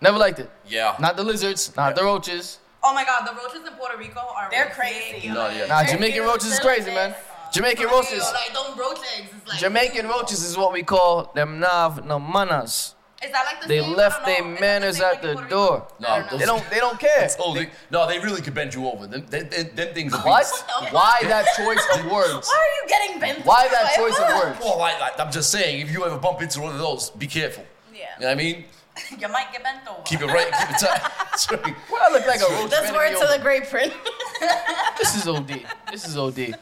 Speaker 4: Never liked it.
Speaker 2: yeah.
Speaker 4: Not the lizards, not the roaches.
Speaker 5: Oh my God, the roaches in Puerto Rico are
Speaker 3: They're
Speaker 5: ridiculous.
Speaker 3: crazy.
Speaker 2: no, yeah.
Speaker 4: Nah, Jamaican roaches is crazy, man. Jamaican roaches.
Speaker 5: Like, them roach eggs is like.
Speaker 4: Jamaican roaches is what we call them nav no manas.
Speaker 1: Is that like the
Speaker 4: They
Speaker 1: same? I don't
Speaker 4: left their
Speaker 1: know. Is that
Speaker 4: manners
Speaker 1: same
Speaker 4: at
Speaker 1: like in
Speaker 4: the
Speaker 1: Puerto
Speaker 4: door.
Speaker 1: Rico?
Speaker 2: No,
Speaker 1: I don't know.
Speaker 2: those-
Speaker 4: They don't. They don't care.
Speaker 2: Oh, they, no, they really could bend you over. Them, them, them, them things. are
Speaker 4: What?
Speaker 2: beats.
Speaker 4: Why that choice of words?
Speaker 5: Why are you getting bent?
Speaker 4: Why that choice of words?
Speaker 2: Well, I, I, I'm just saying, if you ever bump into one of those, be careful.
Speaker 5: Yeah.
Speaker 2: You know what I mean?
Speaker 5: You might get bent over.
Speaker 2: Keep it right, keep it tight. That's right.
Speaker 4: Well, I look like a roach.
Speaker 3: That's
Speaker 4: bending me
Speaker 3: word to
Speaker 4: over.
Speaker 3: the great prince.
Speaker 4: This is OD. This is OD.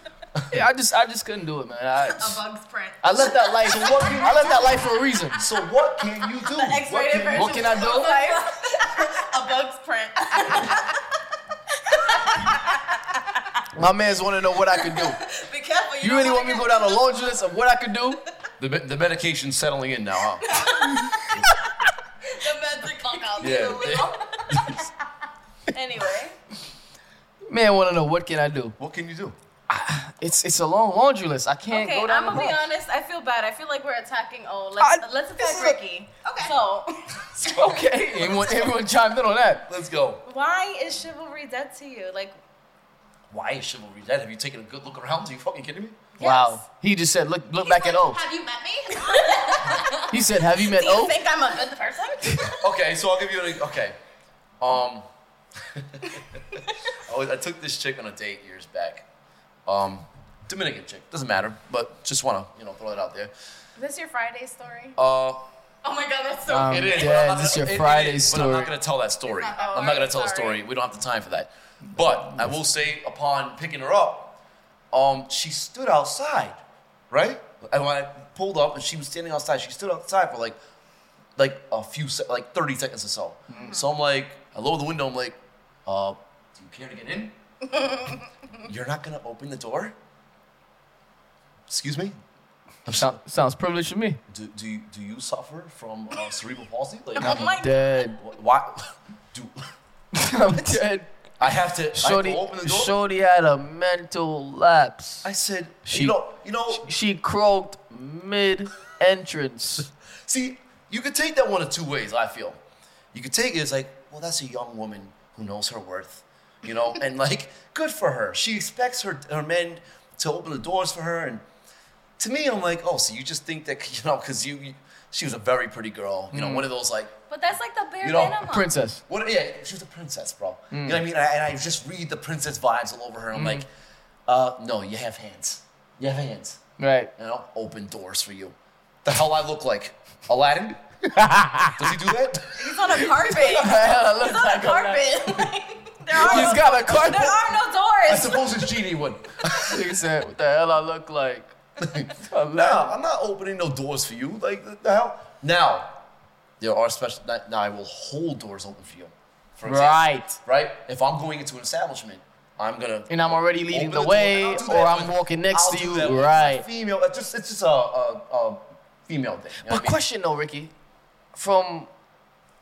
Speaker 4: Yeah, I just, I just couldn't do it, man.
Speaker 1: A
Speaker 4: I,
Speaker 1: bug's print.
Speaker 4: I left that life. I left that life for a reason.
Speaker 2: So what can you do? What
Speaker 5: X-rated
Speaker 2: can you-
Speaker 5: version.
Speaker 4: What can I do?
Speaker 5: A bug's print.
Speaker 4: My man's want to know what I could do.
Speaker 5: Be careful.
Speaker 4: You really want me to go down a laundry list of what I could do?
Speaker 2: The, me- the medication's settling in now, huh? Yeah.
Speaker 3: anyway,
Speaker 4: Man, want to know what can I do?
Speaker 2: what can you do?
Speaker 4: It's, it's a long laundry list. I can't
Speaker 3: okay,
Speaker 4: go
Speaker 3: I'm
Speaker 4: down.
Speaker 3: gonna
Speaker 4: the
Speaker 3: be
Speaker 4: list.
Speaker 3: honest. I feel bad. I feel like we're attacking. Oh, let's
Speaker 4: I-
Speaker 3: let's
Speaker 4: this is
Speaker 3: attack
Speaker 4: a-
Speaker 3: Ricky. okay. So,
Speaker 4: Okay, everyone, everyone chimed in on that.
Speaker 2: Let's go.
Speaker 3: why is chivalry dead to you? Like,
Speaker 2: Why is chivalry dead? Have you taken a good look around? Are you fucking kidding me?
Speaker 4: Wow. He just said, look, look
Speaker 1: He's
Speaker 4: back
Speaker 1: like,
Speaker 4: at O.
Speaker 1: Have you met me?
Speaker 4: He said, have you met
Speaker 3: do you
Speaker 4: O?
Speaker 3: think I'm a good person?
Speaker 2: Okay, so I'll give you an okay. Um, I, was, I took this chick on a date years back. Um, Dominican chick, doesn't matter, but just wanna you know throw it out there.
Speaker 3: Is this your Friday story?
Speaker 2: Uh,
Speaker 1: oh my god, that's so.
Speaker 4: Um,
Speaker 2: it is.
Speaker 4: yeah,
Speaker 2: but
Speaker 4: this is your
Speaker 2: it- it
Speaker 4: Friday
Speaker 2: is, But I'm
Speaker 4: story.
Speaker 2: not gonna tell that story.
Speaker 3: It's not- oh,
Speaker 2: I'm not gonna tell the
Speaker 3: sorry.
Speaker 2: story. We don't have the time for that. But I will say, upon picking her up, um, she stood outside, right? And when I pulled up, and she was standing outside, she stood outside for like, like a few, se- like 30 seconds or so.
Speaker 3: Mm-hmm.
Speaker 2: So I'm like, I lower the window. I'm like, uh, do you care to get in? You're not gonna open the door? Excuse me.
Speaker 4: Sound, sounds privileged to me.
Speaker 2: Do, do, you, do you suffer from uh, cerebral palsy? Like,
Speaker 4: I'm
Speaker 5: my-
Speaker 4: dead.
Speaker 2: Wh- Why? Do
Speaker 4: I'm dead.
Speaker 2: I have to, I
Speaker 4: Shorty,
Speaker 2: have to open the door?
Speaker 4: Shorty had a mental lapse.
Speaker 2: I said,
Speaker 4: She-
Speaker 2: you know, you know.
Speaker 4: She croaked mid entrance.
Speaker 2: see, you could take that one of two ways. I feel you could take it as like, well, that's a young woman who knows her worth, you know, and like, good for her. She expects her her men to open the doors for her, and to me, I'm like, oh, so you just think that you know, because you, you- she was a very pretty girl, you
Speaker 4: Mm-hmm.
Speaker 2: know, one of those like.
Speaker 3: But that's like the bare
Speaker 2: You know,
Speaker 3: minimum.
Speaker 4: Princess.
Speaker 2: What? Yeah, she was a princess, bro. You know what I mean? And I, and I just read the princess vibes all over her. I'm like, uh, no, you have hands. You have hands.
Speaker 4: Right.
Speaker 2: and I'll open doors for you. The hell I look like? Aladdin? Does he do that?
Speaker 3: He's on a carpet. He's
Speaker 4: I look
Speaker 3: on a
Speaker 4: like a-
Speaker 3: carpet. there, are
Speaker 4: He's
Speaker 3: no,
Speaker 4: got a carpet.
Speaker 3: there are no
Speaker 2: I
Speaker 3: doors.
Speaker 2: suppose it's genie one.
Speaker 4: He said, what the hell I look like?
Speaker 2: Nah, I'm not opening no doors for you. Like the- the hell? Now, there are special. Now now I will hold doors open for you. For example,
Speaker 4: Right.
Speaker 2: Right. If I'm going into an establishment, I'm gonna.
Speaker 4: And I'm already leading
Speaker 2: open
Speaker 4: the
Speaker 2: door,
Speaker 4: way,
Speaker 2: and I'll do
Speaker 4: or
Speaker 2: that
Speaker 4: I'm
Speaker 2: with-
Speaker 4: walking next
Speaker 2: I'll
Speaker 4: to
Speaker 2: do
Speaker 4: you.
Speaker 2: that with-
Speaker 4: Right.
Speaker 2: It's a female. It's just. It's just a, a, a female thing. you know
Speaker 4: But
Speaker 2: what I mean?
Speaker 4: question though, Ricky, from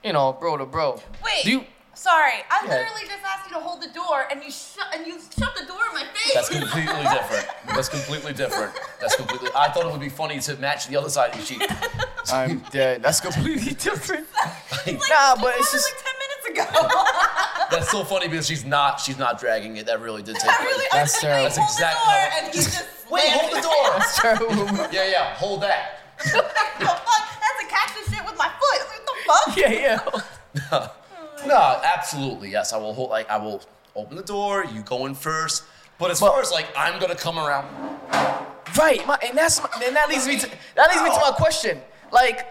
Speaker 4: you know, bro to bro.
Speaker 1: Wait.
Speaker 4: Do you
Speaker 1: Sorry, I
Speaker 2: Yeah.
Speaker 1: literally just asked you to hold the door, and you shut and you shut the door in my face.
Speaker 2: That's completely different. That's completely different. That's completely. I thought it would be funny to match the other side of the sheet.
Speaker 4: I'm dead. That's completely different. nah, but it's just
Speaker 5: Like 10 minutes ago.
Speaker 2: That's so funny because she's not. She's not dragging it. That really did take.
Speaker 5: I really
Speaker 4: That's
Speaker 5: understand
Speaker 4: terrible.
Speaker 5: you
Speaker 4: That's
Speaker 5: hold the
Speaker 2: exactly
Speaker 5: door
Speaker 2: how-
Speaker 5: and he just
Speaker 2: Wait,
Speaker 5: slammed
Speaker 2: hold the door.
Speaker 4: that's terrible.
Speaker 2: Yeah, yeah. Hold that.
Speaker 5: it. What the fuck? That's a catching shit with my foot. What the fuck?
Speaker 4: yeah, yeah.
Speaker 2: No, absolutely. Yes, I will hold. Like I will open the door. You go in first. But as far as like I'm gonna come around.
Speaker 4: Right, my, and that's my, and that leads me to that leads me to my question. Like,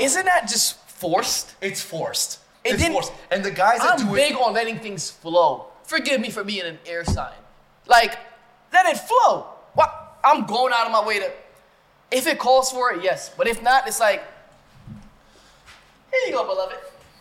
Speaker 4: isn't that just forced?
Speaker 2: It's forced.
Speaker 4: It
Speaker 2: it's
Speaker 4: didn't-
Speaker 2: forced. And the guys that
Speaker 4: I'm
Speaker 2: do
Speaker 4: big
Speaker 2: it.
Speaker 4: on letting things flow. Forgive me for being an air sign. Like, let it flow. What? I'm going out of my way to. If it calls for it, yes. But if not, it's like, here you go, beloved.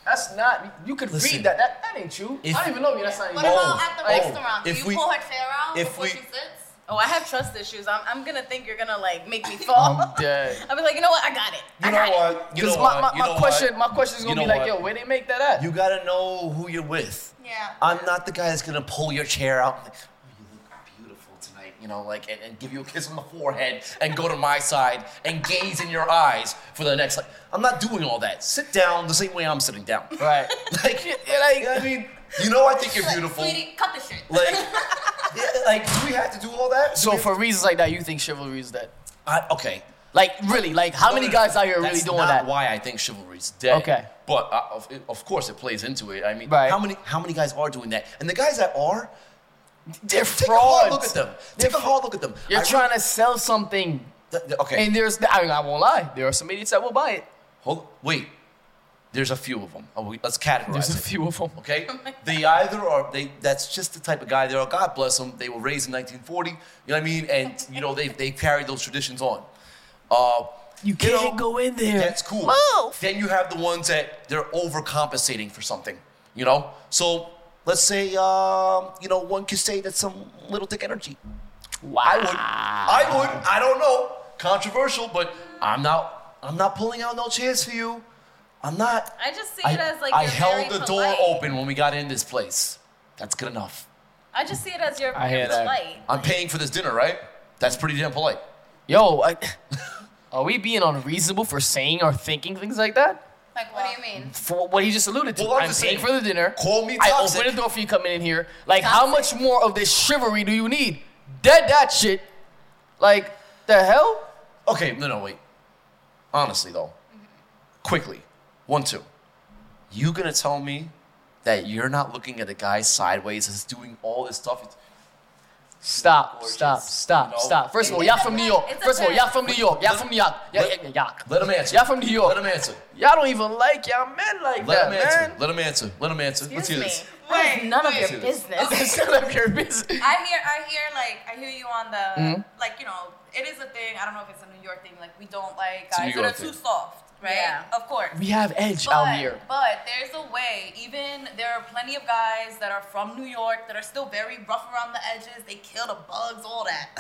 Speaker 4: That's not. You could
Speaker 2: Listen.
Speaker 4: read that. That, that ain't you.
Speaker 2: If-
Speaker 4: I don't even know you. That's not even.
Speaker 1: What
Speaker 4: you.
Speaker 2: Oh,
Speaker 1: about at the
Speaker 2: oh,
Speaker 1: restaurant? Do
Speaker 2: if
Speaker 1: you
Speaker 2: we-
Speaker 1: pull her chair out
Speaker 2: if
Speaker 1: before
Speaker 2: we-
Speaker 1: she sits?
Speaker 3: Oh, I have trust issues. I'm, I'm gonna think you're gonna like make me fall.
Speaker 4: I'm dead.
Speaker 3: I'll be like, you know what? I got it.
Speaker 2: You
Speaker 3: I
Speaker 2: know
Speaker 3: got it.
Speaker 2: what? You know
Speaker 4: Because
Speaker 2: what?
Speaker 4: my, my,
Speaker 2: You
Speaker 4: my
Speaker 2: know what?
Speaker 4: question my question is
Speaker 2: You
Speaker 4: gonna be
Speaker 2: know
Speaker 4: like,
Speaker 2: what?
Speaker 4: yo, where they make that at?
Speaker 2: You gotta know who you're with.
Speaker 1: Yeah.
Speaker 2: I'm not the guy that's gonna pull your chair out. and Like, oh, you look beautiful tonight, you know, like, and, and give you a kiss on the forehead, and go to my side, and gaze in your eyes for the next. Like, I'm not doing all that. Sit down the same way I'm sitting down.
Speaker 4: right.
Speaker 2: Like, yeah, like, I mean, you know, I think you're
Speaker 1: Like,
Speaker 2: beautiful. Like,
Speaker 1: Sweetie, cut the shit.
Speaker 2: yeah, like, do we have to do all that? Do
Speaker 4: So
Speaker 2: we-
Speaker 4: for reasons like that, you think chivalry is dead?
Speaker 2: I, okay,
Speaker 4: Like really, like how many guys out here are really doing
Speaker 2: That's
Speaker 4: that?
Speaker 2: not why I think chivalry's dead.
Speaker 4: Okay.
Speaker 2: But uh, of, it- of course it plays into it. I mean,
Speaker 4: Right.
Speaker 2: how many how many guys are doing that? And the guys that are,
Speaker 4: They're
Speaker 2: take a hard look
Speaker 4: frauds.
Speaker 2: at them. Take a hard look at them.
Speaker 4: You're
Speaker 2: I re-
Speaker 4: trying to sell something,
Speaker 2: Th- th- okay.
Speaker 4: and there's I, mean, I won't lie, there are some idiots that will buy it.
Speaker 2: Hold, wait. There's a few of them. Oh, we- Let's categorize.
Speaker 4: There's a
Speaker 2: it.
Speaker 4: few Oh of them.
Speaker 2: Okay, they either are they. That's just the type of guy they are. God bless them. They were raised in 1940. You know what I mean? And you know they they carried those traditions on. Uh,
Speaker 4: You
Speaker 2: You know,
Speaker 4: can't go in there.
Speaker 2: That's cool.
Speaker 4: Move.
Speaker 2: Then you have the ones that they're overcompensating for something, you know? So let's say, um, you know, one could say that's some little dick energy.
Speaker 4: Wow.
Speaker 2: I would. I would. I don't know. Controversial, but I'm not. I'm not pulling out no chairs for you. I'm not.
Speaker 3: I just see
Speaker 2: I,
Speaker 3: it as like
Speaker 2: I
Speaker 3: you're
Speaker 2: held
Speaker 3: very
Speaker 2: the
Speaker 3: polite.
Speaker 2: door open when we got in this place. That's good enough.
Speaker 3: I just see it as you're
Speaker 4: I hear
Speaker 3: you're
Speaker 4: that.
Speaker 3: polite.
Speaker 2: I'm paying for this dinner, right? That's pretty damn polite.
Speaker 4: Yo, I, are we being unreasonable for saying or thinking things like that?
Speaker 1: Like, what do you mean?
Speaker 4: For what he just alluded to.
Speaker 2: Well, I'm
Speaker 4: I'm
Speaker 2: just
Speaker 4: paying
Speaker 2: saying,
Speaker 4: for the dinner.
Speaker 2: call me
Speaker 4: I
Speaker 2: toxic.
Speaker 4: open the door for you coming in here. Like, how much more of this chivalry do you need? Dead that shit. Like, the hell?
Speaker 2: Okay, no, no, wait. Honestly, though, quickly, one, two. You gonna tell me that you're not looking at a guy sideways as doing all this stuff?
Speaker 4: Stop,
Speaker 2: Gorgeous.
Speaker 4: stop, stop,
Speaker 2: No.
Speaker 4: stop. First of all, y'all from New York.
Speaker 3: It's a
Speaker 4: First of all, y'all
Speaker 3: fact.
Speaker 4: from New York. Y'all
Speaker 2: Let-
Speaker 4: from New York. Yeah,
Speaker 2: let-
Speaker 4: yeah, yeah.
Speaker 2: Let him answer.
Speaker 4: Y'all from New York.
Speaker 2: Let him answer.
Speaker 4: Y'all don't even like y'all men like
Speaker 2: Let him
Speaker 4: that,
Speaker 2: answer. Let him answer. Let him answer. Let's hear
Speaker 3: Excuse
Speaker 2: this.
Speaker 3: me.
Speaker 5: Wait,
Speaker 3: None of your
Speaker 2: wait.
Speaker 3: business.
Speaker 4: man. It's none of your business.
Speaker 5: I hear, I hear, like, I hear you on the,
Speaker 2: Mm-hmm.
Speaker 5: like, you know, it is a thing. I don't know if it's a New York thing. Like, we don't like
Speaker 2: a
Speaker 5: guys that
Speaker 2: New York
Speaker 5: are
Speaker 2: thing.
Speaker 5: too soft, right?
Speaker 3: Yeah.
Speaker 5: Of course.
Speaker 4: We have edge out here.
Speaker 5: But there's a way. Even there are plenty of guys that are from New York that are still very rough around the edges. They kill the bugs, all that.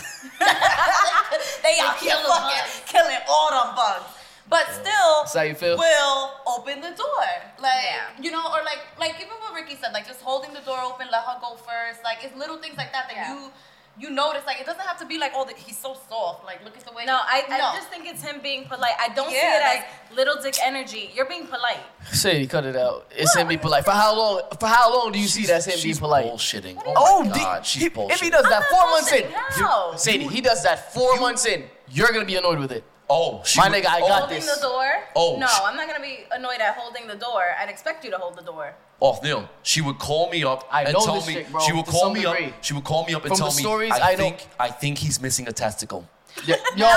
Speaker 5: they out here
Speaker 3: kill the
Speaker 5: fucking
Speaker 3: bugs.
Speaker 5: killing all them bugs. But still,
Speaker 4: That's how you feel?
Speaker 5: will open the door, like
Speaker 3: Yeah.
Speaker 5: you know, or like like even what Ricky said, like just holding the door open, let her go first. Like it's little things like that that
Speaker 3: Yeah.
Speaker 5: you you notice. Like it doesn't have to be like oh the, he's so soft. Like look at the way.
Speaker 3: No, I,
Speaker 5: he,
Speaker 3: I just think it's him being polite. I don't
Speaker 5: Yeah,
Speaker 3: see it as little dick energy. You're being polite.
Speaker 4: City, cut it out. It's him be polite. For how long? For how long do you see that's him
Speaker 2: she's
Speaker 4: be polite?
Speaker 2: bullshitting.
Speaker 4: Oh,
Speaker 2: Oh, my
Speaker 4: di-
Speaker 2: God. She's
Speaker 4: he-
Speaker 2: bullshitting.
Speaker 4: if he does that four months in,
Speaker 3: How?
Speaker 4: Sadie, he does that four months in. You're gonna be annoyed with it.
Speaker 2: oh, she
Speaker 4: My
Speaker 2: would-
Speaker 4: nigga, I
Speaker 2: oh,
Speaker 4: got
Speaker 3: Holding
Speaker 4: this.
Speaker 3: the door?
Speaker 2: Oh,
Speaker 3: No,
Speaker 2: sh-
Speaker 3: I'm not gonna be annoyed at holding the door. I'd expect you to hold the door.
Speaker 2: Off Neil. She would call me up
Speaker 4: I
Speaker 2: and
Speaker 4: know
Speaker 2: tell
Speaker 4: this
Speaker 2: me.
Speaker 4: shit, bro,
Speaker 2: she would
Speaker 4: to
Speaker 2: call
Speaker 4: some
Speaker 2: me
Speaker 4: degree.
Speaker 2: up. She would call me up and
Speaker 4: From
Speaker 2: tell
Speaker 4: the
Speaker 2: me.
Speaker 4: stories
Speaker 2: I,
Speaker 4: I know-
Speaker 2: think. I think he's missing a testicle.
Speaker 4: Yeah, yo,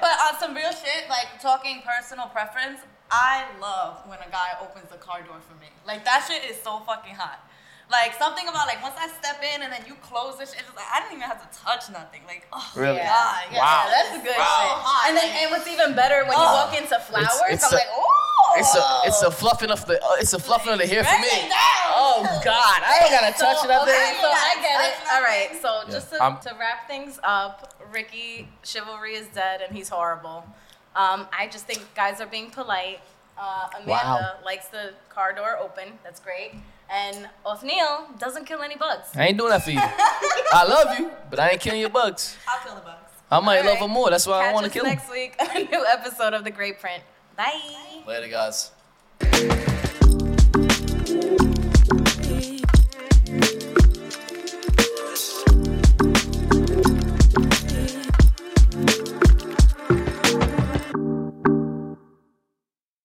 Speaker 5: but on some real shit, like talking personal preference, I love when a guy opens the car door for me. Like that shit is so fucking hot. Like something about like once I step in and then you close this shit, it's just like I didn't even have to touch nothing. Like oh
Speaker 4: Really?
Speaker 5: my god, yeah,
Speaker 3: Wow.
Speaker 5: that's good shit.
Speaker 3: And then, and what's even better when you walk into flowers,
Speaker 4: it's
Speaker 3: I'm
Speaker 4: a-
Speaker 3: like, oh,
Speaker 4: it's a it's a fluffing of the uh, it's a fluffing of the hair for me. Oh God, I don't gotta touch it up
Speaker 3: Okay,
Speaker 4: there.
Speaker 3: so I get it. All right, so
Speaker 2: Yeah.
Speaker 3: just to,
Speaker 2: I'm-
Speaker 3: to wrap things up, Ricky, chivalry is dead and he's horrible. Um, I just think guys are being polite. Uh, Amanda
Speaker 4: Wow.
Speaker 3: likes the car door open. That's great. And Othniel doesn't kill any bugs.
Speaker 4: I ain't doing that for you. I love you, but I ain't killing your bugs.
Speaker 5: I'll kill the bugs.
Speaker 4: I might love
Speaker 3: Alright.
Speaker 4: him more. That's why I
Speaker 3: Catch
Speaker 4: want to
Speaker 3: us
Speaker 4: kill him.
Speaker 3: next week on a new episode of The Great Print. Bye.
Speaker 2: Later, guys.